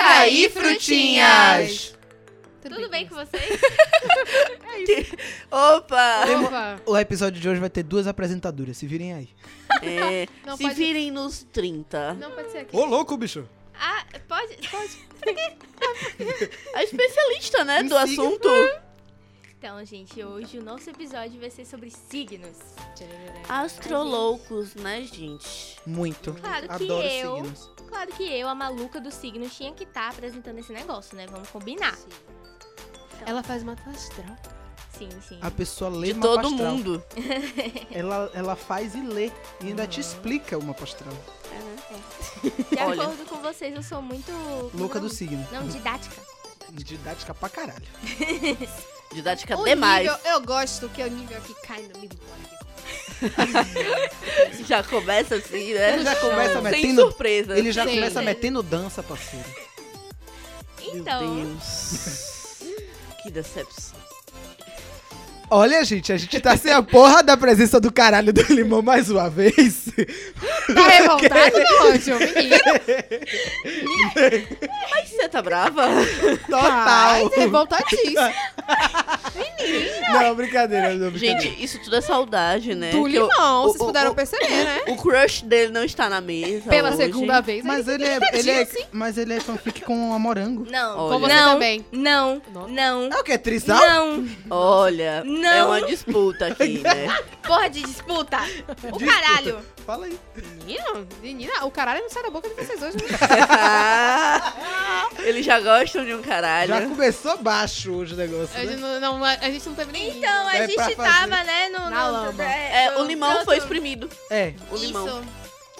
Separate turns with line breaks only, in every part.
aí, frutinhas?
Tudo, bem com vocês?
Opa!
Opa!
O episódio de hoje vai ter duas apresentadoras, se virem aí.
É,
Não,
se
pode-
virem nos 30.
Não pode ser aqui.
Ô, louco, bicho.
Ah, pode, pode.
A especialista, né,
Me
do
siga.
assunto.
Então, gente, hoje o nosso episódio vai ser sobre signos.
Astroloucos, né, gente?
Muito.
Claro que
Adoro
eu.
signos.
Claro que eu, a maluca do signo, tinha que estar apresentando esse negócio, né? Vamos combinar.
Ah. Ela faz mapa astral.
Sim, sim.
A pessoa lê
de
uma
todo
pastral.
mundo.
Ela, ela faz e lê. E ainda te explica uma pastral.
De
Olha.
acordo com vocês, eu sou muito.
Louca do
não,
signo.
Não, didática.
Didática pra caralho.
Didática
O
demais.
nível- eu gosto que é o nível que cai no meio do bolo.
Já começa assim, né?
Ele já começa
Sem
metendo.
surpresa.
Ele já
Sim.
começa metendo dança, parceiro.
Meu
Então,
Deus. que decepção.
Olha, gente, a gente tá sem a porra da presença do caralho do limão mais uma vez.
Tá revoltado, meu anjo? Menino,
Mas você tá brava?
Total.
tá revoltadíssimo.
Não, brincadeira, não, brincadeira.
Gente, isso tudo é saudade, né?
Do
Que eu-
limão,
o-
vocês
o-
puderam
o-
perceber, né?
O crush dele não está na mesa.
Pela
hoje.
segunda vez.
mas ele é, ele é, mas ele é fanfic com a morango.
não.
Olha.
Com você
não,
também.
Não.
Nossa.
Não.
É o que? Trisal?
Não.
Olha,
Não.
é uma disputa aqui, né?
Porra de disputa. O caralho.
Fala aí.
Menino, menina, o caralho não sai da boca de vocês hoje. né?
Eles já gostam de um
É,
caralho.
né?
Já começou baixo hoje o negócio,
Hoje
né?
não- não, a gente não teve nem.
Então, a
Vai pra fazer.
gente tava, né, no...
Na
no-
lama.
é,
É, o limão
tanto-
foi exprimido.
É.
O limão.
Isso.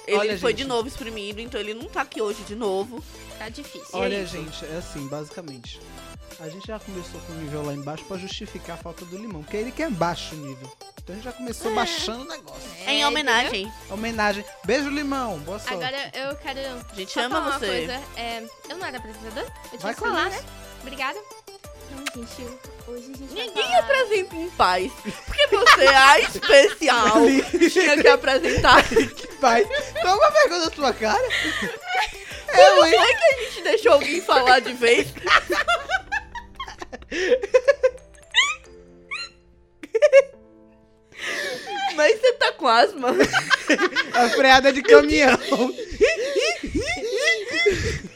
Ele
Olha,
foi
gente.
de novo exprimido, então ele não tá aqui hoje de novo.
Tá difícil.
Olha, gente, é assim, basicamente. A gente já começou com o nível lá embaixo pra justificar a falta do limão, porque é ele quer baixo o nível. Então a gente já começou baixando o negócio.
É, em homenagem.
Homenagem. Beijo, limão. Boa sorte.
Agora eu quero
A gente
só
ama
falar
você.
uma coisa. É, eu não era apresentadora? Eu tinha
Vai
que
com
falar, né?
Deus.
Obrigada. Então, gente, hoje a gente
Ninguém
vai falar...
Apresenta em paz. Porque você é a especial. Tinha que apresentar.
Vai. Toma vergonha na tua cara. É, Eu, hein?
A gente deixou alguém falar de vez. Mas você tá com asma.
A freada de caminhão.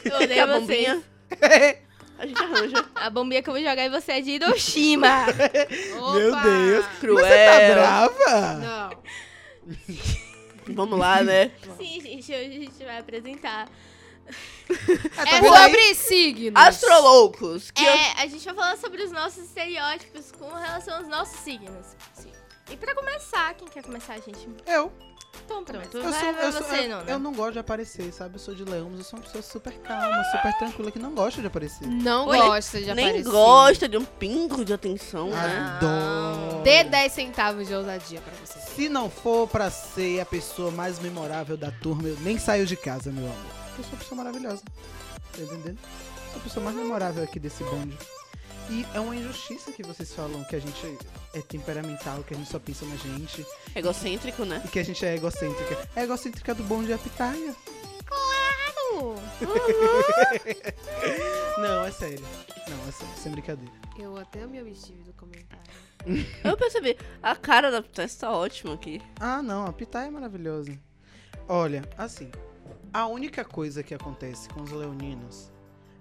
Eu
Que
odeio
a
vocês.
bombinha.
É,
A gente arranja.
A bombinha que eu vou jogar em você é de Hiroshima.
Meu
Opa!
Deus.
Cruel.
Você tá brava?
É. Não.
Vamos lá, né?
Sim, gente, hoje a gente vai apresentar.
É
bom, hein?
sobre signos.
Astroloucos. Que eu-
É, a gente vai falar sobre os nossos estereótipos com relação aos nossos signos. Sim. E pra começar, quem quer começar, gente?
Eu.
Então pronto,
Eu,
vai,
sou,
vai
eu, sou,
você,
eu,
Nona.
eu não gosto de aparecer, sabe? Eu sou de leão, mas eu sou uma pessoa super calma, super tranquila, que não gosta de aparecer.
Não
Oi.
gosta de
nem
aparecer.
gosta de um pingo de atenção,
Ah.
né?
Adoro.
Dê 10 centavos de ousadia pra vocês.
Se não for pra ser a pessoa mais memorável da turma, eu nem saio de casa, meu amor. Eu sou uma pessoa maravilhosa. Tá entendendo? Sou a pessoa mais memorável aqui desse bonde. E é uma injustiça que vocês falam que a gente é temperamental, que a gente só pensa na gente
Egocêntrico, né?
e que a gente é egocêntrica. A egocêntrica do bonde é a pitaia. Não, é sério. Não, é sério, sem brincadeira.
Eu até me obstive do comentário.
Eu percebi. A cara da Tess tá ótima aqui.
Ah, não, a pitaia é maravilhosa. Olha, assim, a única coisa que acontece com os leoninos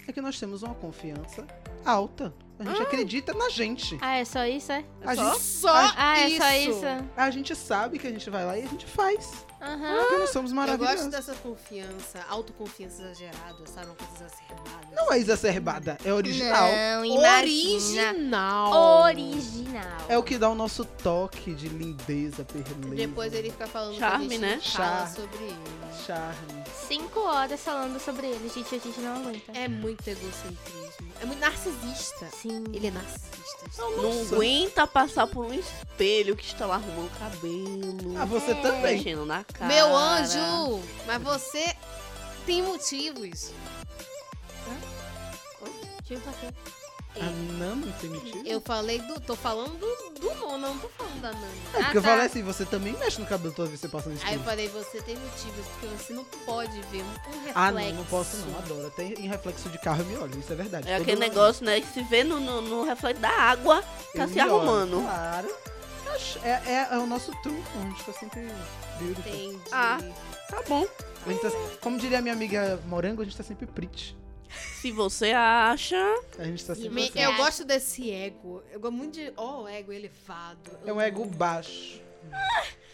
é que nós temos uma confiança alta. A
Ah.
gente acredita na gente.
Ah, é só isso, é?
A
só?
gente,
Só
Ah, é
isso.
só isso?
a gente sabe que a gente vai lá e a gente faz.
Aham.
Porque nós somos
Eu
maravilhosos.
gosto dessa confiança, autoconfiança exagerada, sabe? Uma coisa exacerbada.
Não é exacerbada, é original.
Não, imagina.
Original.
Original.
É o que dá o nosso toque de lindeza, beleza.
Depois ele fica falando
Charme,
que a gente
né?
não fala
Charme.
sobre ele.
Charme.
Cinco horas falando sobre ele, gente. A gente não aguenta.
É muito egocentrismo. É muito narcisista.
Sim.
Ele é narcisista.
Não
tá Nossa.
aguenta passar por um espelho que está lá arrumando o cabelo.
Ah, você
É.
também.
mexendo na cara.
Meu anjo, mas você tem motivos.
É
Tipo aqui.
A Nami Ah, tem mentira?
Eu falei do. Tô falando do, do Mon, não tô falando da Nani.
É, porque
Ah,
eu falei
tá.
assim, você também mexe no cabelo toda vez que você passa um no
Aí eu
espelho.
falei, você tem motivos, porque você não pode ver um reflexo.
Ah, não, não posso não, adoro. Até em reflexo de carro eu me olho, isso é verdade.
É
Todo
aquele
mundo-
negócio, né? Que se vê no, no, no reflexo da água, tá
eu
se
me olho,
arrumando.
Claro. Eu acho- É, é- é o nosso truco, a gente tá sempre beautiful.
Entendi.
Ah. Tá bom.
A gente tá- como diria minha amiga Morango, a gente tá sempre pretty.
Se você acha.
A gente tá
E
sempre...
me-
você
eu
acha-
gosto desse ego. Eu gosto muito de. Ó, o ego elevado.
É um ego baixo.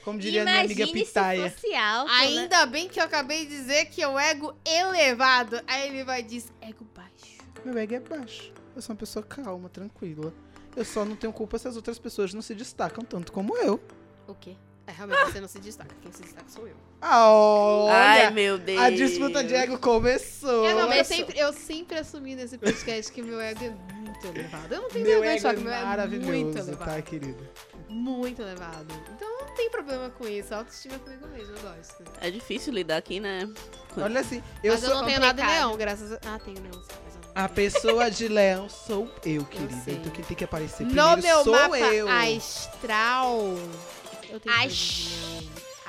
Como diria
Imagine
minha amiga Pitaia.
se fosse alto, né?
Ainda bem que eu acabei de dizer que é o ego elevado. Aí ele vai dizer ego baixo.
Meu ego é baixo. Eu sou uma pessoa calma, tranquila. Eu só não tenho culpa se as outras pessoas não se destacam tanto como eu.
O quê? É, realmente você não se destaca. Quem se destaca sou eu.
Ah,
Ai,
olha!
meu Deus.
a disputa de ego começou.
Eu, É, não,
Olha
eu,
só.
sempre, eu sempre assumi nesse podcast que meu ego é muito elevado. Eu não tenho
Meu
vergonha de
ego
falar
é
que meu ego é muito
maravilhoso,
elevado.
tá, querida?
Muito elevado. Então não tem problema com isso. A autoestima é comigo mesmo, eu gosto.
É difícil lidar aqui, né?
Olha assim, eu
mas
sou
eu não tenho nada em
complicado.
leão, graças a... Ah, tenho leão. sim, mas eu não
a
tenho.
pessoa de leão sou eu, querida.
sei.
Então quem tem que aparecer
No
primeiro
meu
sou
mapa
eu.
astral... Eu tenho coisa
Ast-
de leão.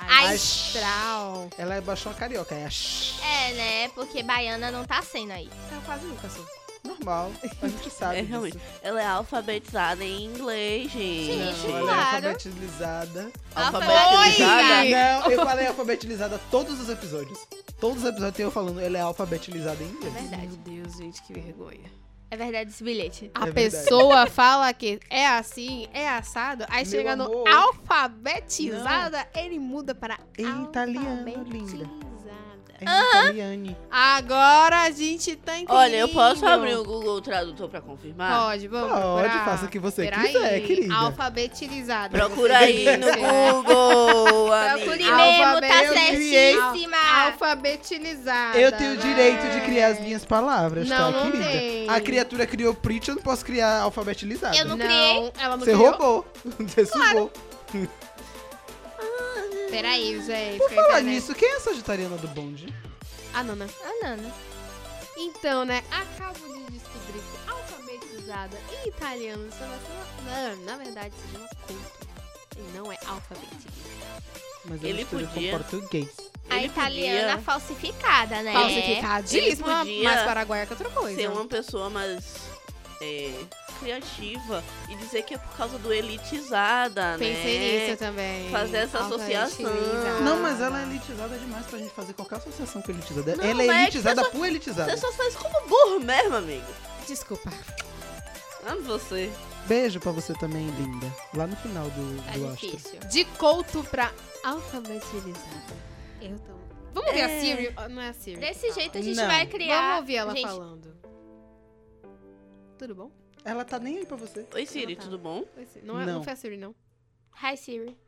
Ai,
Astral.
Ela é baixão carioca, é a sh-
É, né? Porque baiana não tá sendo aí.
Eu quase nunca sou.
normal. A gente sabe
É,
disso. né?
realmente. Ela é alfabetizada em inglês, gente.
Gente,
Não, ela
claro.
é alfabetizada.
Alfabetizada.
Oi!
Não, eu falei alfabetizada todos os episódios. Todos os episódios tem eu falando, ela é alfabetizada em
É
inglês.
Meu
verdade.
Deus, gente, que vergonha.
É verdade esse bilhete.
A
É verdade.
pessoa fala que é assim, é assado, aí
Meu
chega
amor.
no alfabetizada, ele muda para
Em italiano, linda.
é alfabetizada.
É italiane.
Agora a gente tá entendendo.
Olha, eu posso abrir
um
o Google Tradutor pra confirmar?
Pode, vamos
Pode,
procurar.
faça o que você
Peraí,
quiser, querida.
Alfabetizada.
Procura aí no
Você-
Google.
Procure
amiga. Ah,
mesmo, tá
Alfabeto,
eu criei.
certíssima.
Alfabetizada.
Eu tenho o
né?
direito de criar as minhas palavras,
Não,
tá,
não
querida?
tem.
A criatura criou print, eu não posso criar alfabetizada.
Eu não criei.
ela não
Você
criou.
roubou. Você sugou.
Peraí, gente. Por
Fala nisso, quem é a sagitariana do bonde?
né? Ah, não, né?
Ah, Nana.
Então, né, acabo de descobrir que alfabetizada em italiano se chama- na, na verdade se chama culto. E não é alfabetizada.
Mas
Ele
ele mistura
podia.
com português.
A
Ele
italiana
podia
falsificada, né?
Falsificadíssima,
Ele podia
É, mas paraguaia que é outra coisa.
ser um uma pessoa mais é, criativa e dizer que é por causa do elitizada,
Pensei
né?
nisso também.
Fazer essa associação.
Alfabetizada.
Não, mas ela é elitizada demais pra gente fazer qualquer associação com elitizada.
Não,
ela
mas
é
é que
elitizada
você
por elitizada.
Você só faz como burro mesmo, amigo.
Desculpa.
Amo você.
Beijo pra você também, linda. Lá no final do,
Tá
do astro.
difícil.
De couto pra alfabetizada. Eu tô... Vamos ver
É.
a Siri? Ah, Não é a Siri.
Desse jeito a gente
Não.
vai
Vamos
criar.
ouvir ela
Gente,
falando. Tudo bom?
Ela tá nem aí pra você.
Oi, Siri,
tá.
tudo bom?
Oi, Siri. Não, é-
Não.
não foi a Siri, não.
Hi, Siri.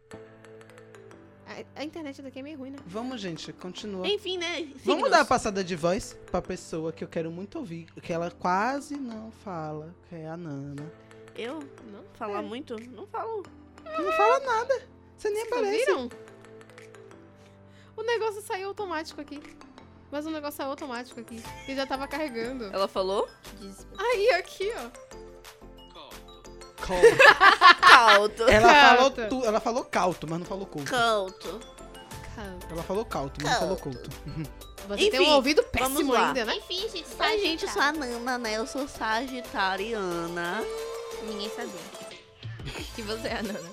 A, a internet daqui é meio ruim, né?
Vamos, gente, continua.
Enfim, né?
Vamos
signos.
dar uma passada de voz pra pessoa que eu quero muito ouvir, que ela quase não fala, que é a Nana.
Eu?
Não?
Falar muito? Não falo.
Não fala nada. Você nem
Vocês
aparece.
viram? O negócio saiu automático aqui. Mas o negócio saiu automático aqui. E já tava carregando.
Ela falou?
Aí, aqui, ó.
Cauto.
Ela
Cauto.
falou, tu, ela falou cauto, mas não falou culto.
Cauto.
Ela falou cauto, mas não falou culto.
Você tem
Enfim,
um ouvido
vamos
péssimo
lá.
ainda, né?
Enfim, gente,
A gente
sagitário.
sou a Nana, né? Eu sou sagitariana.
Ninguém sabia. Que você é a Nana.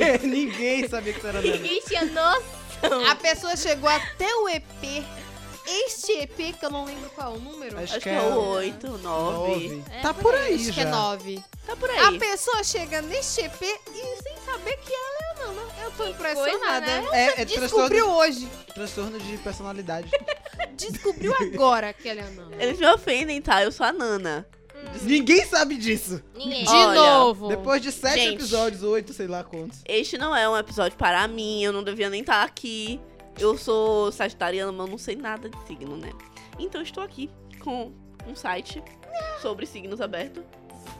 É, Ninguém sabia que você era Nana.
Ninguém tinha noção.
A pessoa chegou até o EP. Este EP, que eu não lembro qual é o número.
Acho
Acho
que
que
é
é o 8, 9.
Nove.
É,
tá por aí
Acho
já.
que é 9.
Tá por
A
aí.
pessoa chega neste EP e sem saber que ela é a Nana. Eu tô
coisa,
impressionada.
né?
É, é
Descobriu
transtorno,
hoje.
transtorno de personalidade.
Descobriu agora que ela é a Nana.
Eles me ofendem, tá? Eu sou a Nana.
Ninguém sabe disso.
Ninguém.
De
Olha,
novo.
Depois de sete
Gente.
episódios, oito, sei lá quantos.
Este não é um episódio para mim, eu não devia nem estar aqui. Eu sou sagitariana, mas eu não sei nada de signo, né? Então estou aqui com um site sobre signos aberto.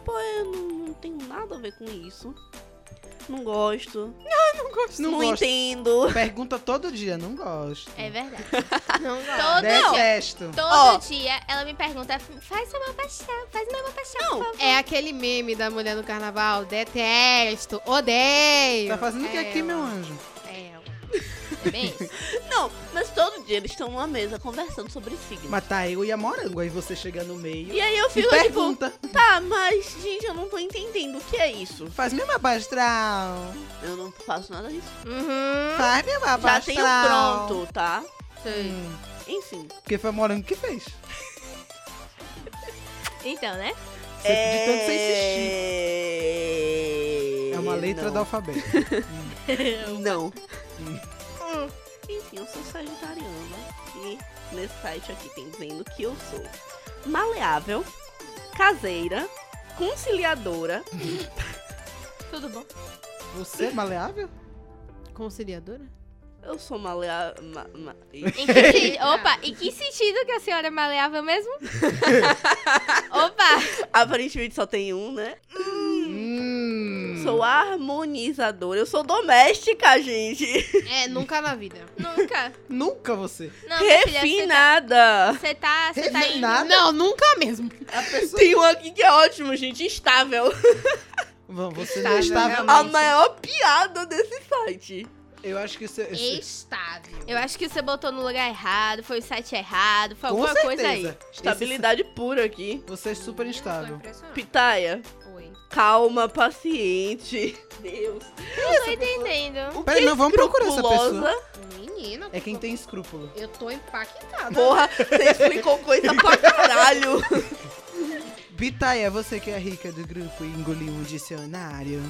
Pô, eu não, não tenho nada a ver com isso. Não gosto.
não gosto.
Não,
gosto.
entendo.
Pergunta todo dia, não gosto.
É verdade.
Não gosto.
Todo dia.
Detesto.
Todo
Ó.
dia ela me pergunta, faz uma paixão, faz uma paixão.
Não,
É aquele meme da mulher no carnaval. Detesto, odeio.
Tá fazendo o que aqui,
Ela,
meu anjo?
ela.
É bem isso.
não, mas todo dia eles estão numa mesa conversando sobre signos.
Mas tá eu e a morango, aí você chega no meio
E aí eu
e
fico tipo,
pergunta.
tá, mas gente, eu não tô entendendo o que é isso.
Faz minha mapa astral.
Eu não faço nada disso.
Uhum.
Faz minha mapa
Já tenho
astral.
pronto, tá?
Sei.
Hum,
Enfim.
porque foi a morango que fez.
Então, né?
Você De tanto você insistir.
insistir.
É uma letra do
não.
alfabeto.
Não. Hum. Enfim, eu sou sagitariana. E nesse site aqui tem dizendo que eu sou maleável, caseira, conciliadora.
Tudo bom?
Você é maleável?
Conciliadora?
Eu sou maleável. Ma, ma- e-
Em que sentido? Opa, em que sentido que a senhora é maleável mesmo? Opa!
aparentemente só tem um, né?
Hum.
Sou harmonizadora. Eu sou doméstica, gente.
É, nunca na vida.
Nunca.
Nunca você.
Não, minha filha, você tá-
Refinada.
Você tá, você tá indo.
Refinada.
Não, nunca mesmo.
A pessoa.
Tem um aqui que é ótimo, gente. Estável.
Vamos, você
Está,
não
né,
estava.
realmente.
A maior piada desse site.
Eu acho que você. você-
Estável.
Eu acho que você botou no lugar errado, foi o site errado, foi
Com
alguma coisa aí.
certeza. Esse-
Estabilidade pura aqui.
Você é super instável.
Pitaia.
Oi.
Calma, paciente. Deus.
Eu tô entendendo.
Peraí, não, vamos procurar essa pessoa.
Escrupulosa.
Menina.
É
por
quem
favor.
tem escrúpulo.
Eu tô impactada.
Porra, você explicou coisa pra caralho.
Bitaia, você que é rica do grupo e engoliu um dicionário.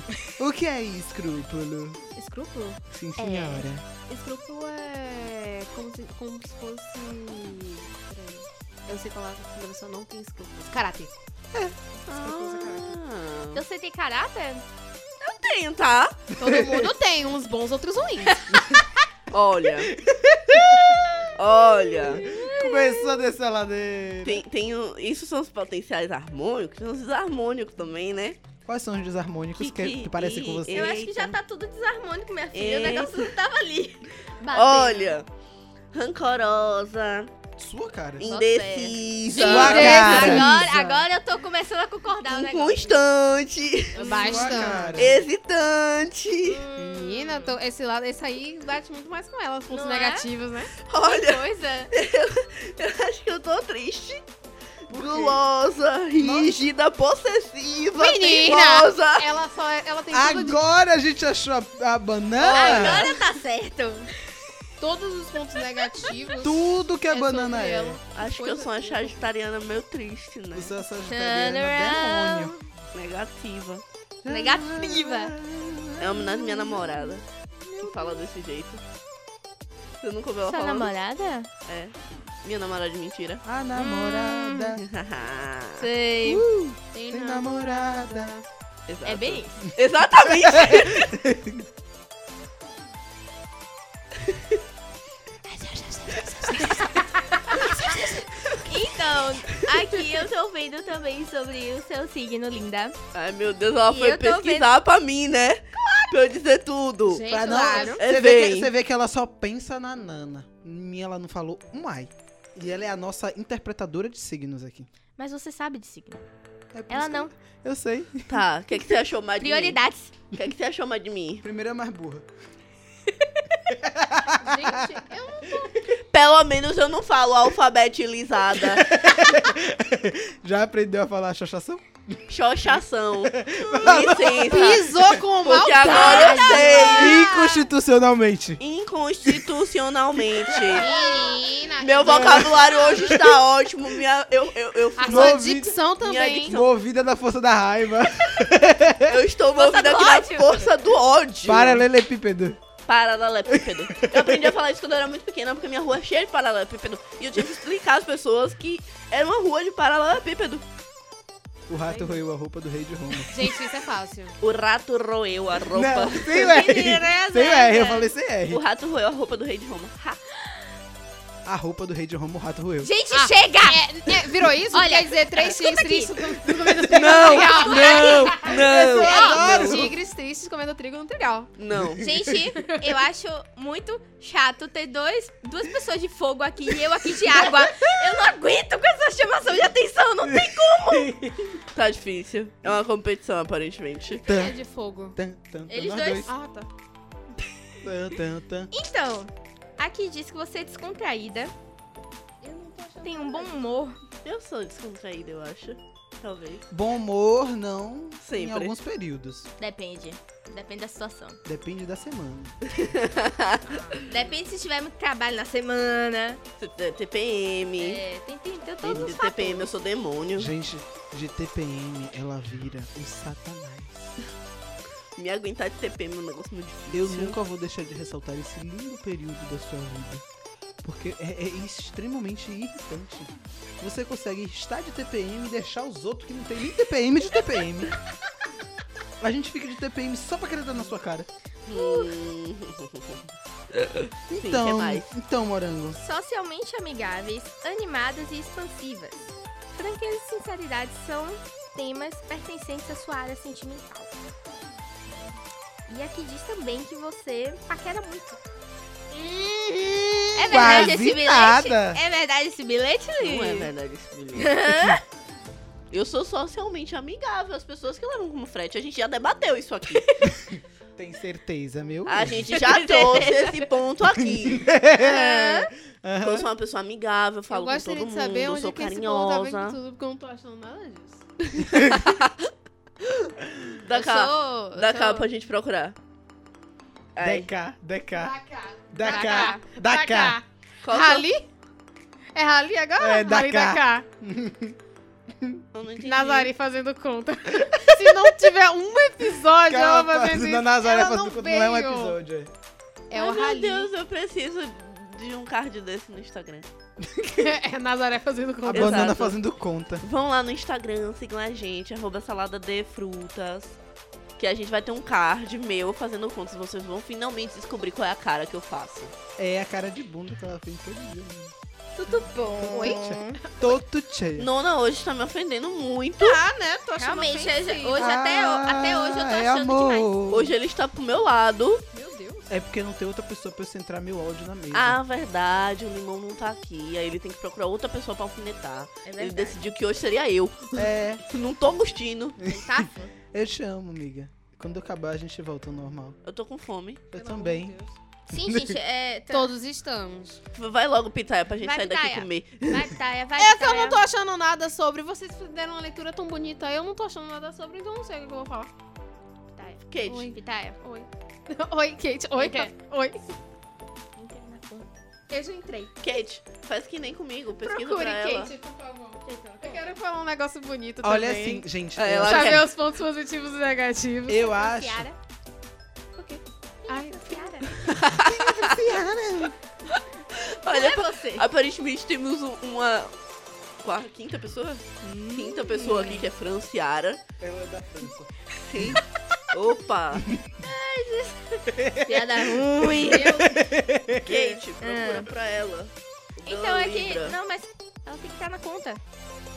O que é escrúpulo?
Escrúpulo?
Sim, senhora.
Escrúpulo é como se, como se fosse. Peraí. Eu sei falar que a pessoa não tem escrúpulos. Karate.
Ah,
Então você tem caráter?
eu tenho, tá?
Todo mundo tem, uns bons, outros ruins.
Olha. Olha.
Começou a descer a ladeira.
Tem, tem o- isso são os potenciais harmônicos, tem os desarmônicos também, né?
Quais são os desarmônicos que,
Que- que-
que parecem com
que-
você?
Eu acho que já tá tudo desarmônico, minha filha. O
Eita.
negócio não tava ali. Batendo.
Olha. Rancorosa,
Sua cara.
indecisa,
Sua cara.
Agora, agora eu tô começando a
um
concordar o negócio.
inconstante,
cara.
Bastante.
hesitante.
Menina, eu tô- esse lado, esse aí bate muito mais com ela, os pontos
Não é?
negativos, né?
Olha,
Coisa.
eu acho que eu tô triste. Gulosa, rígida, possessiva,
Menina!
teimosa.
É.
Ela só é, ela
Ah,
tem tudo de-
Agora a gente achou a, a banana?
Agora tá certo.
todos os pontos negativos.
Tudo que a
É
banana
sobre
é.
ela.
Acho que eu sou uma sagitariana meio triste, né?
Você é sagitariana,
Turnaround.
demônio.
Negativa.
Negativa.
É uma homenagem à minha namorada. Que fala desse jeito. Você nunca ouviu ela
Sua
falando?
namorada?
É. Minha namorada de mentira.
A
É
namorada.
Sei.
Hum.
Tem
Uh, Tem
não.
namorada.
Exato.
É bem isso.
Exatamente.
Então, aqui eu tô vendo também sobre o seu signo, linda.
Ai, meu Deus, ela
E
foi
eu tô
pesquisar pra mim, né? Pra eu dizer tudo.
Gente,
Pra não-
claro.
É
Você vê, que,
bem.
você vê que ela só pensa na Nana. Em mim ela não falou um ai. E ela é a nossa interpretadora de signos aqui.
Mas você sabe de signo.
É por
Ela
isso que-
não.
Eu sei.
Tá, o que, é que você achou mais de
Prioridades.
mim? O que, é que você achou mais de mim?
Primeiro é mais burra.
Gente, eu
Pelo menos eu não falo alfabetizada.
Já aprendeu a falar chachação?
Xoxação. Licença.
pisou com o mal.
Porque agora eu sei.
Inconstitucionalmente.
Inconstitucionalmente.
Menina.
Meu vocabulário hoje está ótimo. Minha, eu, eu, eu,
Ah,
A
No
sua
ouvido.
dicção também.
dicção.
Movida da força da raiva.
eu estou
Força
movida
do
aqui na
ódio.
força do ódio.
Paralelepípedo.
Paralelepípedo. Eu aprendi a falar isso quando eu era muito pequena, porque minha rua é cheia de paralelepípedo. E eu tive que explicar às pessoas que era uma rua de é paralelepípedo.
O rato roeu a roupa do rei de Roma.
Gente, isso é fácil.
O rato roeu a roupa.
Não, sem o R.
Menina, é
Sem o
nada.
R, eu falei sem R.
né, O rato roeu a roupa do rei de Roma. Ha.
A roupa do rei de Roma, o rato roeu.
Gente,
Ah,
chega!
É, é, virou Tirou isso?
Olha,
Quer dizer, três tigres tristes com- comendo trigo
Não,
no trigal.
não, não,
Três tigres tristes comendo trigo no trigal.
não.
Gente, eu acho muito chato ter dois, duas pessoas de fogo aqui e eu aqui de água. Eu não aguento com essa chamação de atenção, não tem como.
Tá difícil. É uma competição, aparentemente.
É
Tan,
de fogo.
tan, tan, tan,
Eles
nós
dois.
Ah, tá.
Tan, tan, tan.
Então, aqui diz que você é descontraída, tem um bom humor.
Eu sou descontraída, eu acho. Talvez.
Bom humor, não. Em
Sempre.
alguns períodos.
Depende. Depende da situação.
Depende da semana.
Depende se tiver muito trabalho na semana.
TPM.
É, tem, tem, tem todos os
De
fatores.
TPM, eu sou demônio.
Gente, de TPM, ela vira o satanás.
Me aguentar de TPM é um negócio muito difícil.
Eu nunca vou deixar de ressaltar esse lindo período da sua vida. Porque é, é extremamente irritante. Você consegue estar de TPM e deixar os outros que não tem nem TPM de TPM. A gente fica de TPM só pra querer dar na sua cara.
Hum. Sim,
Então,
que mais?
então, morango.
Socialmente amigáveis, animadas e expansivas. Franqueza e sinceridade são temas pertencentes à sua área sentimental. E aqui diz também que você paquera muito. É verdade
Quase
esse bilhete?
nada.
É verdade esse bilhete, Lili?
Não é verdade esse bilhete. Eu sou socialmente amigável. As pessoas que levam como frete, a gente já debateu isso aqui.
Tem certeza, meu?
A gente já trouxe esse ponto aqui.
Aham.
Eu sou uma pessoa amigável, falo
eu
com
gostaria
todo
de saber
mundo,
onde
sou
que esse povo tá vendo
carinhosa.
tudo, porque eu não tô achando nada disso.
Da
eu
cá,
sou... eu
da
sou-
cá pra gente procurar. Ai,
Deca, deca,
Da cá.
da
cá.
cá, da cá.
qual que é o
Rally? É Rally agora?
É, da
Rally
cá.
cá.
Eu não entendi.
Nazari fazendo conta. Se não tiver um episódio ela fazendo isso,
da Nazaré
ela
fazendo
não,
conta,
veio.
não é um episódio. é.
É
Ai,
o
meu
Rally.
Deus, eu preciso de um card desse no Instagram.
é Nazaré fazendo
A
conta.
Exato.
banana fazendo conta.
Vão lá no Instagram, sigam a gente, arroba salada de frutas. Que a gente vai ter um card meu fazendo contas. Vocês vão finalmente descobrir qual é a cara que eu faço.
É a cara de bunda que ela fez todo dia. né?
Tudo bom.
Oi? Todo cheio.
Nona hoje tá me ofendendo muito.
Ah, né? Tô achando
Realmente, hoje,
ofensivo.
hoje até, ho- até hoje eu tô
Ah, é
achando
amor.
demais.
Hoje ele está pro meu lado.
Meu Deus.
É porque não tem outra pessoa pra eu centrar meu áudio na mesa.
Ah, verdade, o limão não tá aqui. Aí ele tem que procurar outra pessoa pra alfinetar.
É
Ele
verdade.
decidiu que hoje seria eu.
É,
Não tô gostando.
Ele tá afim.
eu te amo, amiga. Quando eu acabar, a gente volta ao normal.
Eu tô com fome.
Eu também.
Sim, gente, é. tá-
Todos estamos.
Vai logo, Pitaia, pra gente
Vai,
sair daqui
Pitaia.
comer.
Vai, Taya, vai. tá,
É que eu
Taya.
não tô achando nada sobre. Vocês fizeram uma leitura tão bonita. Eu não tô achando nada sobre, então eu não sei o que eu vou falar.
Pitaia.
Kate,
Oi.
Pitaia.
Oi. Oi, Kate. Oi,
Entra.
Kate. Oi.
Entra na conta.
Eu já entrei.
Kate, faz que nem comigo. Pesquisa
Procure,
pra ela.
Kate, por favor.
então,
Eu quero falar um negócio bonito
Olha
também.
assim, gente.
É,
eu
ela
Pra
acho-
quer-
ver os pontos positivos e negativos.
eu acho.
Ciara. Por quê?
Ai,
Ciara.
Olha,
Não é você.
Aparentemente temos um- uma. Quarta, quinta pessoa? Quinta pessoa aqui que é Franciara.
Ela é da França.
Opa!
Piada ruim.
Kate, procura pra ela.
Então
Ah. é
é que. Não, mas ela tem que estar na conta.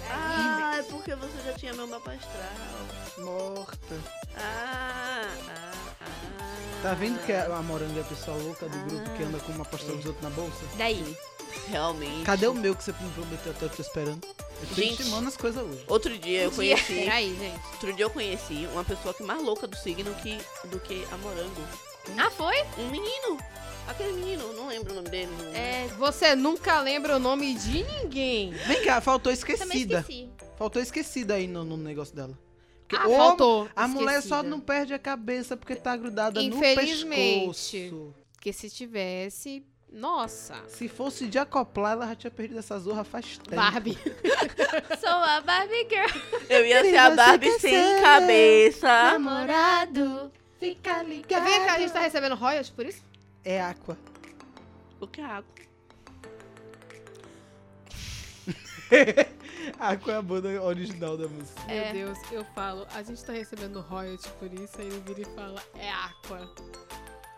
Ah, é porque você já tinha meu mapa astral.
Morta.
Ah, ah, ah.
Tá vendo que a Moranga é a pessoa louca do grupo que
Ah.
anda com uma pastora dos outros na bolsa?
Daí.
Ah, Realmente.
Cadê o meu que você me prometeu até eu tô esperando? Eu tô
Gente.
intimando as coisas hoje.
Outro dia eu
Um dia.
conheci.
Peraí, gente.
Outro dia eu conheci uma pessoa que é mais louca do signo que, do que a Morango.
Ah, foi?
Um menino. Aquele menino, não lembro o nome dele. não-
É, você nunca lembra o nome de ninguém.
Vem cá, faltou
Também
esquecida.
esqueci.
Faltou esquecida aí no, no negócio dela. Porque
Ah,
ô,
faltou.
A mulher
Esquecida.
só não perde a cabeça porque tá grudada no
Infelizmente.
pescoço.
Porque se tivesse. Nossa.
Se fosse de acoplar, ela já tinha perdido essa zorra faz tempo.
Barbie.
Sou a Barbie Girl.
Eu ia
Se
ser a
você
Barbie
quer
sem
ser-
cabeça.
Namorado. Fica ligado.
Vem cá, a gente tá recebendo royalties por isso?
É aqua.
O que é água?
Aqua é a banda original da música.
É.
Meu Deus, eu falo, a gente tá recebendo royalties por isso, aí ele vira e fala, é aqua.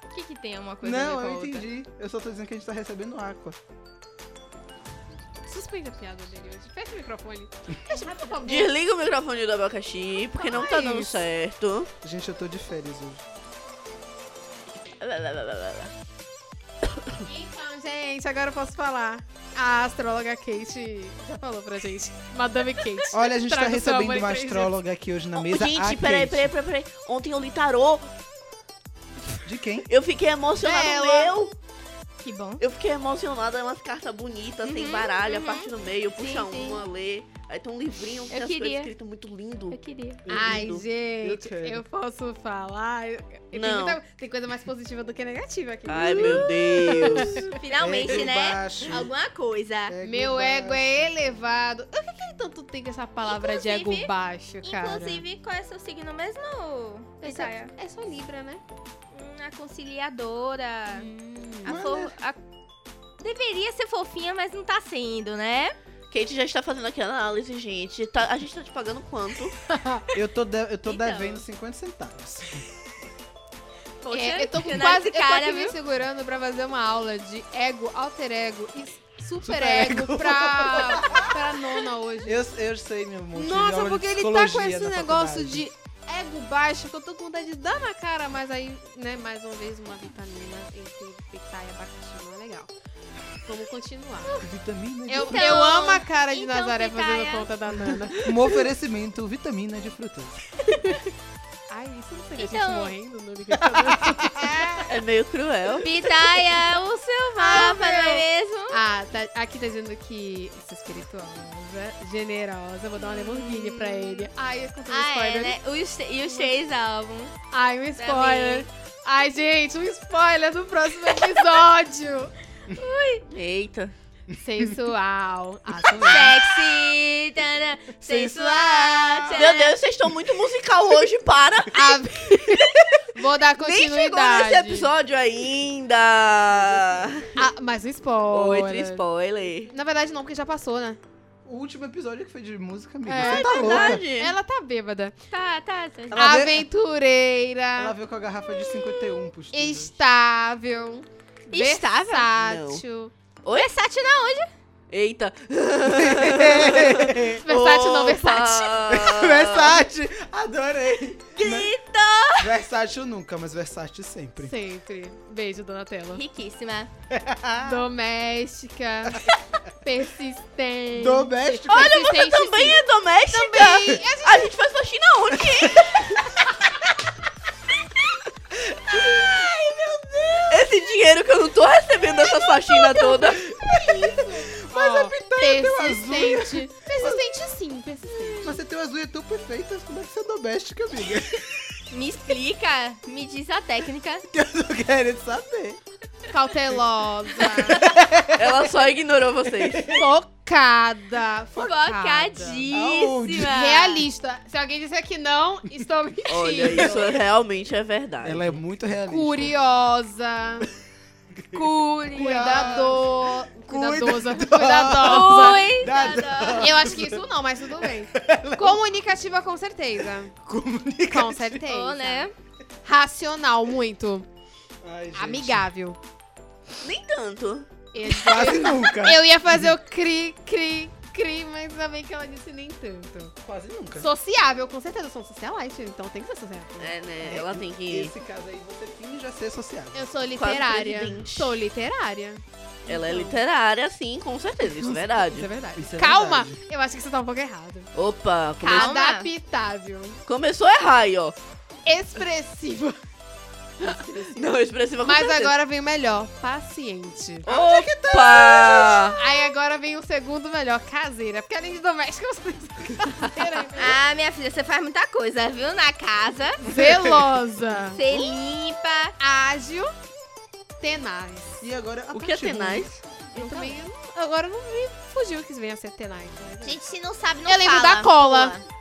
O que, que tem uma coisa a
não,
ver com
eu
a outra?
entendi. Eu só tô dizendo que a gente tá recebendo aqua.
fez a piada dele hoje. Fecha o microfone. Fecha, por favor.
Desliga o microfone do abacaxi, porque não tá dando
Mas-
certo.
Gente, eu tô de férias hoje.
Então, gente, agora eu posso falar. A astróloga Kate já falou pra gente. Madame Kate.
Olha, a gente tá
Traga seu amor
recebendo
em
uma
três dias.
astróloga aqui hoje na
Oh,
mesa.
Gente,
a
peraí,
Kate.
peraí, peraí, peraí. Ontem eu li tarô,
De quem?
eu fiquei emocionada.
Ela.
Meu,
Que bom.
eu fiquei emocionada. É umas cartas bonitas, tem
Uhum,
baralho,
uhum.
a parte do meio, puxa
Sim, sim.
uma, lê. Aí tem um livrinho que tem as
queria.
coisas escritas muito lindo.
Eu queria.
Ai,
lindo.
gente,
Eu quero.
eu posso falar. Eu- Tem,
Não.
muita- tem coisa mais positiva do que negativa aqui.
Ai, meu Deus.
Finalmente,
Ego
né?
É, Baixo,
Alguma coisa.
Ah, Meu ego
baixo.
é elevado. O que, que tanto tem com essa palavra de
Inclusive-
ego baixo, cara?
Inclusive, qual é seu signo mesmo,
Essa-
Isaia?
é só Libra, né?
Hum, A conciliadora.
Hum.
A
Mas,
fo- a- Deveria ser fofinha, mas não tá sendo, né?
Kate já está fazendo aqui a análise, gente. Tá- a gente tá te pagando quanto?
Eu tô, de- eu tô
Então.
devendo 50 centavos.
Poxa,
É, eu tô com
finais
quase
de
cara
cara,
eu tô aqui me
viu?
segurando pra fazer uma aula de ego, alter ego e super ego pra, pra nona hoje.
Eu, eu sei, meu amor. tive aula
Nossa,
de
porque ele tá com
psicologia
esse
na
negócio
faculdade.
de ego baixo que eu tô com vontade de dar na cara, mas aí, né, mais uma vez uma vitamina entre peitar e abacaxi não é legal. Vamos continuar.
Vitamina de
Eu,
Então-
eu amo a cara de
então,
Nazaré
pitaia.
fazendo conta da Nana.
Um oferecimento, vitamina de frutas.
Ai, isso não seria a gente
Então-
morrendo né? no microfone?
É meio cruel.
Pitaia, o seu mapa, não é mesmo?
Ah, tá- aqui tá dizendo que isso é espirituosa, generosa. Vou dar uma Lamborghini pra ele. Ai, eu contei um
Ah,
spoiler.
é, né? Os, e os três álbuns.
Ai, um
Pra
spoiler. Ai, gente, um spoiler do próximo episódio.
Eita.
Sensual. Ah, também.
Sexy, tana, sensual. tana.
Meu Deus, vocês estão muito musical hoje, para!
A- Vou dar
Nem chegou nesse
continuidade.
episódio ainda!
Ah, mas um spoiler.
Outro spoiler.
Na verdade, não, porque já passou, né?
O último episódio que foi de música, amiga.
É,
Você tá louca.
Verdade?
Ela tá bêbada.
Tá, tá, tá.
Ela veio-
Aventureira.
Ela veio com a garrafa de 51 pro estúdio.
Estável.
Estável?
Versátil.
Oi?
Versátil não.
Eita.
Versátil não,
Opa!
versátil.
Versátil, adorei. Grito! Versátil nunca, mas versátil sempre.
Sempre. Beijo, Donatello.
Riquíssima.
Doméstica. persistente.
Doméstico.
Persistente,
Também é doméstica? A gente faz faxina onde? Ai, meu Deus! Esse dinheiro que eu não tô recebendo essa faxina toda.
Mas a
é tem
Persistente. Persistente sim, persistente.
Mas você tem umas unhas tão perfeitas, como é que você é doméstica, amiga?
Me explica, me diz a técnica.
Que eu tô querendo saber.
Cautelosa.
Ela só ignorou vocês.
focada. Focada.
Aonde?
Focadíssima.
Realista. Se alguém disser que não, estou mentindo.
Olha, isso realmente é verdade.
Ela é muito realista.
Curiosa. Cuidador. Cuidadosa. Cuidadosa.
Oi.
Cuidado.
Eu acho que isso não, mas tudo bem. Comunicativa, com certeza.
Comunica.
Com certeza.
Ô, né?
Racional, muito.
Ai, gente.
Amigável.
Nem tanto.
Eu,
Quase nunca.
eu ia fazer o cri, cri, cri, mas ainda bem que ela disse nem tanto.
Quase nunca.
Sociável, com certeza. Eu sou um socialite, então tem que ser sociável.
É, né? Ela tem que.
Esse caso aí você finge ser sociável.
Eu sou
Quase
literária.
presidente.
Sou literária.
Ela é
Uhum.
literária, sim, com certeza. Isso é verdade. é?
Isso é verdade.
Isso é
Calma!
verdade.
Eu acho que você tá um pouco errado.
Opa, come-
Ah.
Calma.
Adaptável.
começou errar aí, ó.
Expressiva.
Não, expressiva com
Mas
certeza.
agora vem o melhor. Paciente.
é tá?
Opa!
Aí agora vem o segundo melhor, caseira. Porque além de doméstica, você tem que ser caseira.
Ah, minha filha, você faz muita coisa, viu? Na casa.
Zelosa.
Você limpa.
Ágil. Tenaz.
E agora a
O que é
parte ruim.
tenaz?
Eu também eu- agora não me fugiu que isso venha a ser tenaz. né?
Gente, se não sabe, não
Eu lembro
fala.
da cola.
Boa.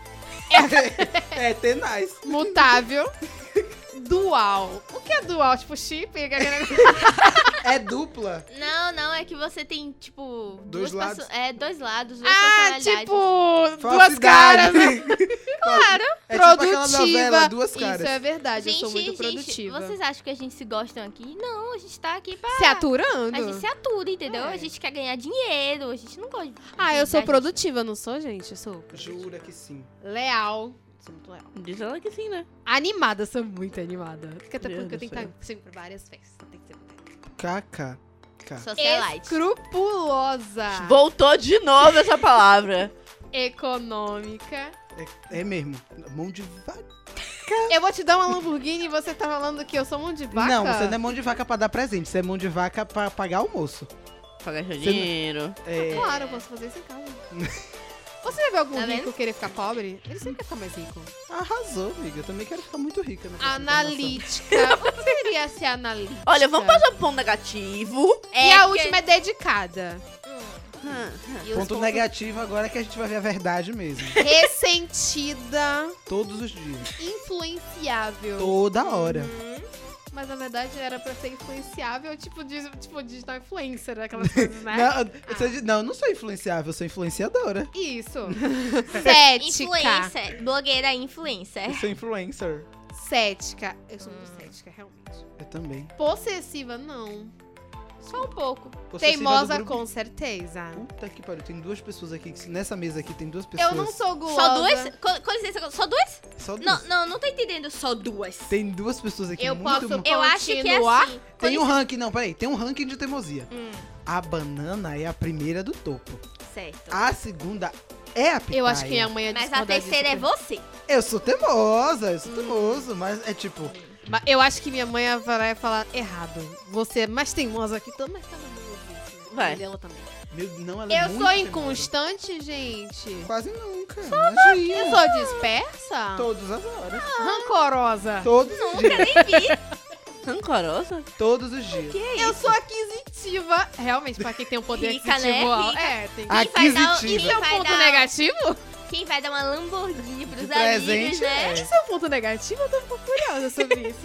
É tenaz.
Mutável. Dual. O que é dual? Tipo chip?
É dupla.
Não, não, é que você tem, tipo...
Dois
duas
lados.
perso- É, dois lados, duas
ah,
personalidades.
tipo duas
Falsidade.
caras. né?
Claro. É tipo
Produto
aquela novela, duas caras.
Isso é verdade, eu sou muito
gente,
produtiva.
vocês acham que a gente se gostam aqui? Não, a gente tá aqui pra.
Se aturando.
A gente se atura, entendeu?
É.
A gente quer ganhar dinheiro, a gente não gosta. de-
Ah, eu sou
da gente.
produtiva, não sou, gente? Eu sou
Jura que sim.
leal. Sou muito leal.
Diz ela que sim, né?
Animada, sou muito animada. Porque até
Meu
porque eu
Deus
tenho
do
que
céu.
estar sempre pra várias festas. Tem que ser muito
KK. K.
Socialite.
escrupulosa.
Ah.
Voltou de novo essa palavra.
Econômica.
É, é mesmo. Mão de vaca.
Eu vou te dar uma Lamborghini e você tá falando que eu sou mão de vaca?
Não, você não é mão de vaca pra dar presente. Você é mão de vaca pra pagar almoço.
Pagar seu
Você não-
dinheiro.
É,
Claro, eu posso fazer isso em casa. Você já viu algum
Tá
rico
vendo?
querer ficar pobre? Ele sempre quer ficar mais rico.
arrasou, amiga. Eu também quero ficar muito rica. nessa
Analítica. o que seria ser analítica?
Tá.
Olha, vamos passar pro ponto negativo.
E a
porque-
última é dedicada.
Hum,
Ah,
e os
informação. Ponto
pontos-
negativo agora é que a gente vai ver a verdade mesmo.
Ressentida.
Todos os dias.
Influenciável.
Toda hora.
Mas na verdade era pra ser influenciável, tipo, de, tipo digital influencer, aquelas coisas, né?
Não, eu sou de- não, eu não sou influenciável, eu sou influenciadora.
Isso. Cética.
Influencer. Blogueira influencer.
Eu sou influencer.
Cética. Eu sou muito cética, realmente.
Eu É, também.
Possessiva, não. Só um pouco.
Possessiva do
Teimosa,
grupo.
com certeza.
Puta que pariu, tem duas pessoas aqui. que- Nessa mesa aqui tem duas pessoas.
Eu não sou gulosa.
Só duas? Com, com licença, só duas?
Só duas.
Não, não, não tô entendendo só duas.
Tem duas pessoas aqui
Eu
muito
posso-
mal-
Eu acho que é
Continuar?
assim. Com
Tem um
licença-
ranking, não, peraí. Tem um ranking de teimosia.
Hum,
A banana é a primeira do topo.
certo.
A segunda é a pitaia.
Eu acho que minha mãe Ah, é um-
Mas a terceira é você.
Eu sou teimosa, eu sou teimoso, mas é tipo...
Eu acho que minha mãe vai falar errado. Você é mais teimosa que todo, mas todo mundo ouve isso, né?
Vai.
E Ela também.
Meu, não, ela é
Eu
muito
sou
teimosa.
inconstante, gente.
Quase nunca. imagina.
Eu sou dispersa? Ah.
Todas as horas.
Rancorosa.
Todos os
Nunca
dias.
nem vi.
Rancorosa?
Todos os dias.
Eu sou aquisitiva. Realmente, pra quem tem um poder
Rica, né?
aquisitivo alto.
Rica.
É, tem que...
Ah,
Quem vai dar-
Aquisitiva.
Isso é um
vai
ponto
dar-
negativo?
Quem vai dar uma Lamborghini pros
De
amigos,
presente,
né?
é.
Isso é um ponto negativo? Eu tô um pouco curiosa sobre isso.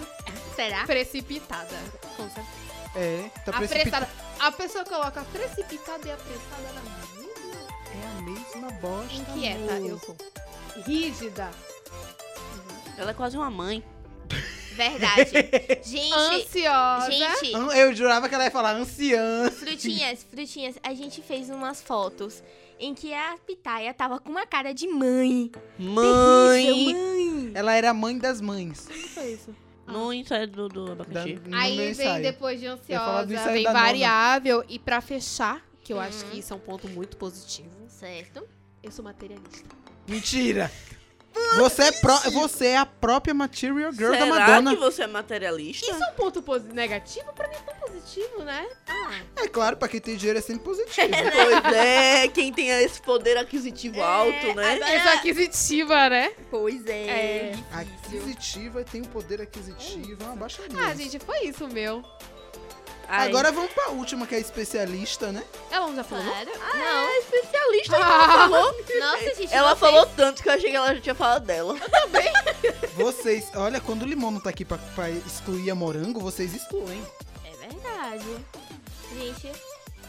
Será?
Precipitada. Com certeza.
É, tá precipitado.
Apressada. A pessoa coloca precipitada e apressada na mesma.
É a mesma bosta,
Inquieta,
amor.
é, tá? eu sou. Rígida.
Ela é quase uma mãe.
Verdade. Gente,
Ansiosa.
gente,
An- Eu jurava que ela ia falar anciã.
frutinhas, frutinhas, a gente fez umas fotos em que a Pitaia tava com uma cara de mãe. Terrível,
Mãe!
mãe.
Ela era a mãe das mães.
O que foi isso?
No ensaio do, do
Ah. Da,
abacaxi.
no
Aí
meu
vem
ensaio.
depois de
falar do
ansiosa,
ensaio
vem
da nona.
variável. E pra fechar, que eu acho que isso é um ponto muito positivo,
Certo.
eu sou materialista.
Mentira. Você é, pró- você é a própria Material Girl
Será
da Madonna.
que você é materialista?
Isso é um ponto posi- negativo? Pra mim é tão positivo, né?
É claro, pra quem tem dinheiro é É, sempre positivo.
Pois é, quem tem esse poder aquisitivo alto, né?
Eu sou É aquisitiva, né?
Pois é.
Aquisitiva tem um poder aquisitivo, é uma baixa mesmo.
Ah, gente, foi isso o meu.
Ai,
Agora vamos pra última, que é especialista, né?
Ela não já falou?
Claro. não.
especialista.
Ah,
Nossa, gente.
Ela
vocês-
falou tanto que eu achei que ela já tinha falado dela.
Vocês, olha, quando o limão não tá aqui pra, pra excluir a morango, vocês excluem.
É verdade. Gente,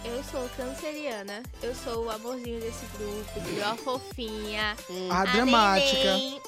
eu sou canceriana. Eu sou o amorzinho desse grupo. Eu a fofinha.
A dramática.
neném.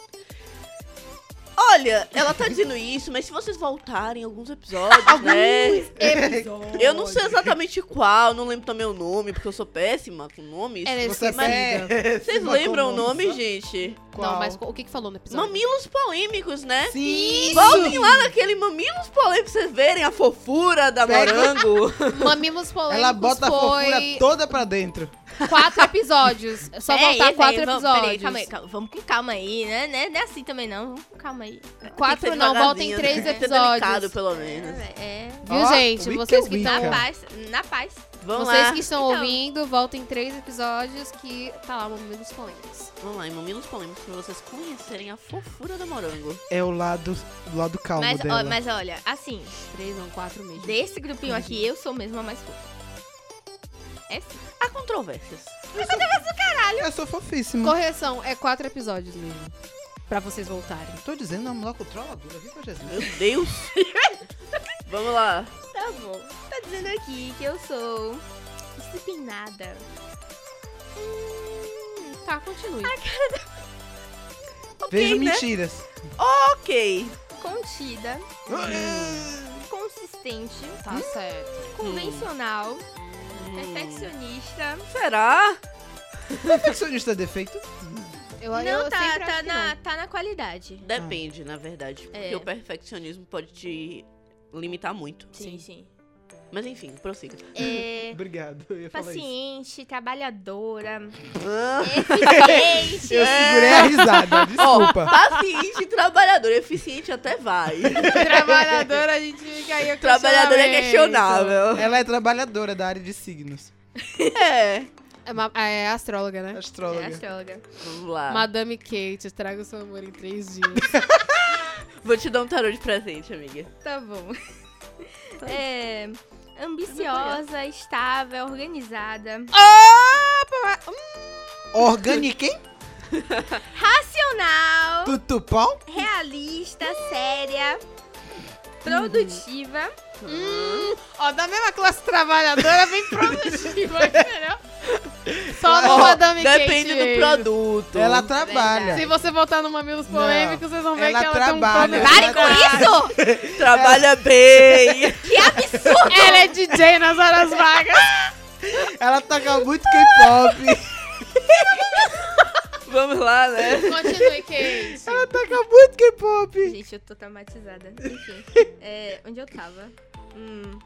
Olha, ela tá dizendo isso, mas se vocês voltarem alguns episódios, né?
episódio.
Eu não sei exatamente qual, não lembro também o nome, porque eu sou péssima com nomes.
Ela é
Você
esquecida.
é péssima
Vocês
com
lembram o
nomes.
nome, gente?
Qual?
Não, mas o que que falou no episódio?
Mamilos polêmicos, né?
Sim.
Voltem lá naquele mamilos polêmicos pra vocês verem a fofura da
Pega.
morango.
Mamilos polêmicos
Ela bota a fofura
foi
toda pra dentro.
quatro episódios. É Só
Pera aí,
voltar
pera
quatro
aí, vamos-
episódios.
pera aí, calma aí, calma. Vamos com calma aí, né? Não é- não é assim também, não. Vvamos com calma aí.
Tem
Quatro
que ser
não, volta em
devagarzinho,
três
tem que ser delicado,
episódios.
pelo menos.
É.
Viu,
Ó,
gente?
Wicca
Vocês que
Wicca.
estão.
Na
Tá.
paz, na paz.
Vamos
Vocês
lá.
que estão
Então.
ouvindo, volta em três episódios que tá lá Mamilos Polêmicos.
Vamos lá, em mamilos polêmicos, pra vocês conhecerem a fofura da morango.
É o lado, o lado calmo
Mas, ó,
dela.
mas olha, assim,
Três, não, quatro mesmo.
desse grupinho aqui, eu sou mesmo a mais fofa. É sim.
Há controvérsias.
Eu sou fofíssima.
Correção, é quatro episódios mesmo. Pra vocês voltarem.
Tô dizendo, é uma mulher controladora, viu, Jesus?
Meu Deus. Vamos lá.
Tá bom. Tá dizendo aqui que eu sou disciplinada.
Tá, continue.
Vejo
né?
mentiras.
Ok.
contida, consistente,
Tá certo.
convencional, perfeccionista.
Será?
Perfeccionista é defeito?
Eu,
Não,
eu
tá,
sempre acho
tá,
que
na, tá na qualidade.
Depende, na verdade. Porque
É.
o perfeccionismo pode te limitar muito.
Sim, sim.
Mas enfim, prossiga.
É,
Obrigado, eu ia falar isso.
paciente, trabalhadora,
Ah,
eficiente.
Eu segurei a risada, desculpa.
Paciente, trabalhador, eficiente até vai.
não. Trabalhadora, a gente fica aí. o
trabalhador é
questionamento.
questionável.
Ela é trabalhadora da área de signos.
É.
É, uma- é astróloga, né?
É
Astróloga.
astróloga.
Vamos lá.
Madame Kate, traga o seu amor em três dias.
Vou te dar um tarô de presente, amiga.
Tá bom. É, ambiciosa, estável, organizada,
Organiquem?
racional,
Tutupão?
realista, séria, produtiva.
Ó, da mesma classe trabalhadora, bem produtiva, entendeu? Só no Madame Kate.
Depende do
Age.
produto.
Ela tá- trabalha.
Se você voltar no Mamilos
Não,
Polêmicos, vocês vão ver
ela
que ela
trabalha.
tem um
Pare com isso!
trabalha bem.
Que absurdo!
produto. Ela é DJ nas horas vagas.
Ela toca muito K-pop.
Vamos lá, né?
Continue, Kate.
Ela toca muito K-pop.
Gente, eu tô traumatizada. Enfim, é, onde eu tava? Hum.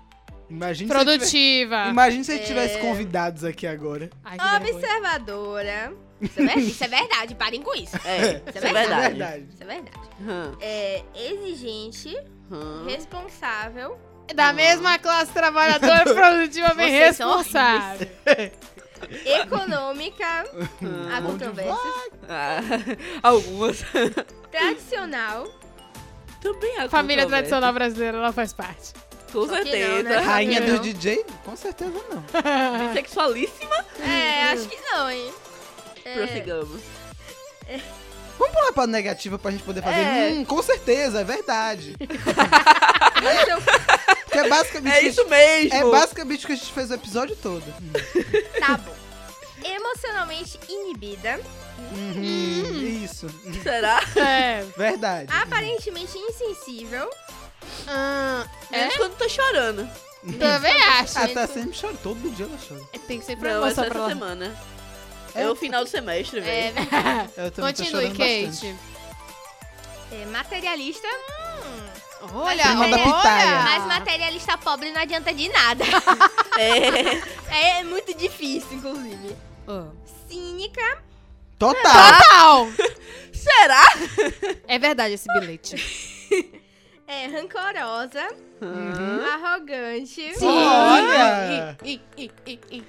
Imagina se eu tivesse-
Produtiva.
Imagina se eu tivesse convidados aqui agora.
Ai, que vergonha.
Observadora. Isso é, ver- isso é verdade, parem com isso.
É, isso é verdade.
Verdade.
Isso é verdade.
Hum,
É, exigente,
hum.
responsável,
Da mesma classe trabalhadora, produtiva, bem
Vocês são
responsável.
econômica, há controvérsias,
Ah, algumas.
tradicional,
Também há
Família
controvérsia.
tradicional brasileira, ela faz parte.
Com
Só que não,
certeza.
né?
Rainha
Não.
dos DJ? Com certeza não.
Sexualíssima.
É, acho que não, hein? É,
Prossigamos.
Vamos pular é pra negativa pra gente poder fazer.
É.
Hum, com certeza, é verdade.
deixa eu-
Porque é basicamente.
É isso mesmo.
É basicamente o que a gente fez o episódio todo.
Tá bom. Emocionalmente inibida,
Uhum, Isso.
Será?
É.
Verdade.
aparentemente insensível,
É?
Menos quando tá chorando.
Também acho.
Ela tá sempre chorando. Todo dia ela chora.
Tem que ser
Não, é só
promoção pra
essa
lá.
semana.
É.
É, o final do semestre,
é,
velho.
Eu também tô
Continue,
chorando bastante.
Kate.
é, materialista,
Olha,
Prima da
olha.
pitaia.
mas materialista pobre não adianta de nada.
É.
É, muito difícil, inclusive.
Ah.
Cínica,
Total.
Total.
Será?
É verdade esse bilhete.
é, rancorosa,
Uhum.
arrogante,
Olha!
Ih, ih, ih, ih.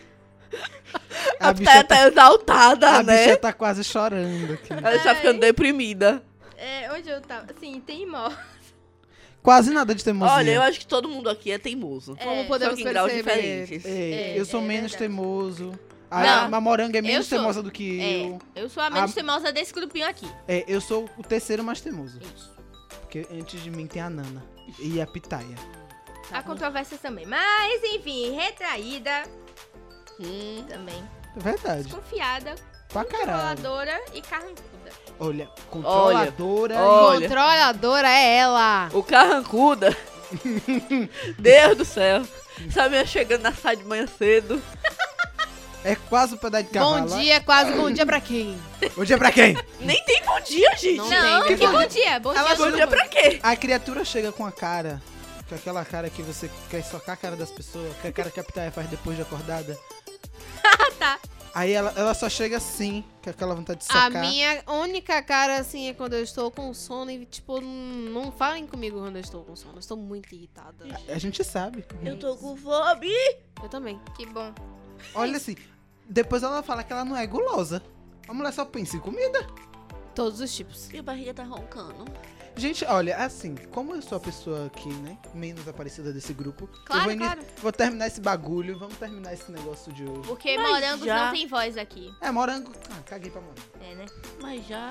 A
Tá,
bicha tá,
tá exaltada,
a
né?
bicha tá quase chorando aqui.
Ela tá ficando deprimida.
é, onde eu tava? Sim, teimosa.
Quase nada de teimosia.
Olha, eu acho que todo mundo aqui é teimoso.
Como
É,
podemos
Só que em graus
perceber?
diferentes.
É,
É,
eu sou
é
menos
verdade.
teimoso. A,
Não.
a Mamoranga é menos
sou.
teimosa do que
É.
eu.
Eu sou a menos
A-
teimosa desse grupinho aqui.
É, eu sou o terceiro mais teimoso.
Isso.
Porque antes de mim tem a Nana e a Pitaia. Tá
Há controvérsias também. Mas, enfim, retraída
Hum.
também.
É Verdade.
Desconfiada,
Pra caralho.
controladora e carrancuda.
Olha, controladora.
Olha, olha.
Controladora é ela.
O carrancuda. Deus do céu. Essa menina chegando na sala de manhã cedo.
É quase o pedaço de
Bom
cavalo.
dia, quase bom dia pra quem?
Bom dia pra quem?
Nem tem bom dia, gente.
Não
Não,
tem, né?
que bom dia. Bom
Ela
bom
dia.
chegou-
bom
dia pra quê?
A criatura chega com a cara. Com aquela cara que você quer socar a cara das pessoas. Que é a cara que a Pitaia faz depois de acordada.
tá.
Aí ela, ela só chega assim, com aquela vontade de
A
socar.
minha única cara, assim, é quando eu estou com sono e, tipo, n- não falem comigo quando eu estou com sono. Eu estou muito irritada.
A gente sabe.
Eu tô com fome.
Eu também.
Que bom.
Olha assim. Depois ela fala que ela não é gulosa. A mulher só pensa em comida.
Todos os tipos.
Minha barriga tá roncando.
Gente, olha, assim, como eu sou a pessoa aqui, né? Menos aparecida desse grupo. eu
Claro,
vou, ini-
claro.
vou terminar esse bagulho, vamos terminar esse negócio de hoje.
Porque
Mas
morangos
já-
não tem voz aqui.
É, morango. Ah, caguei pra morango.
É, né?
Mas já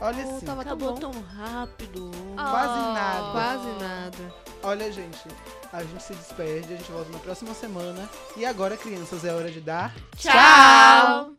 Olha
Oh,
assim.
tava tão
acabou
bom.
tão rápido.
Ah,
Quase nada.
Quase nada.
Olha, gente. A gente se despede, a gente volta na próxima semana. E agora, crianças, é hora de dar.
Tchau.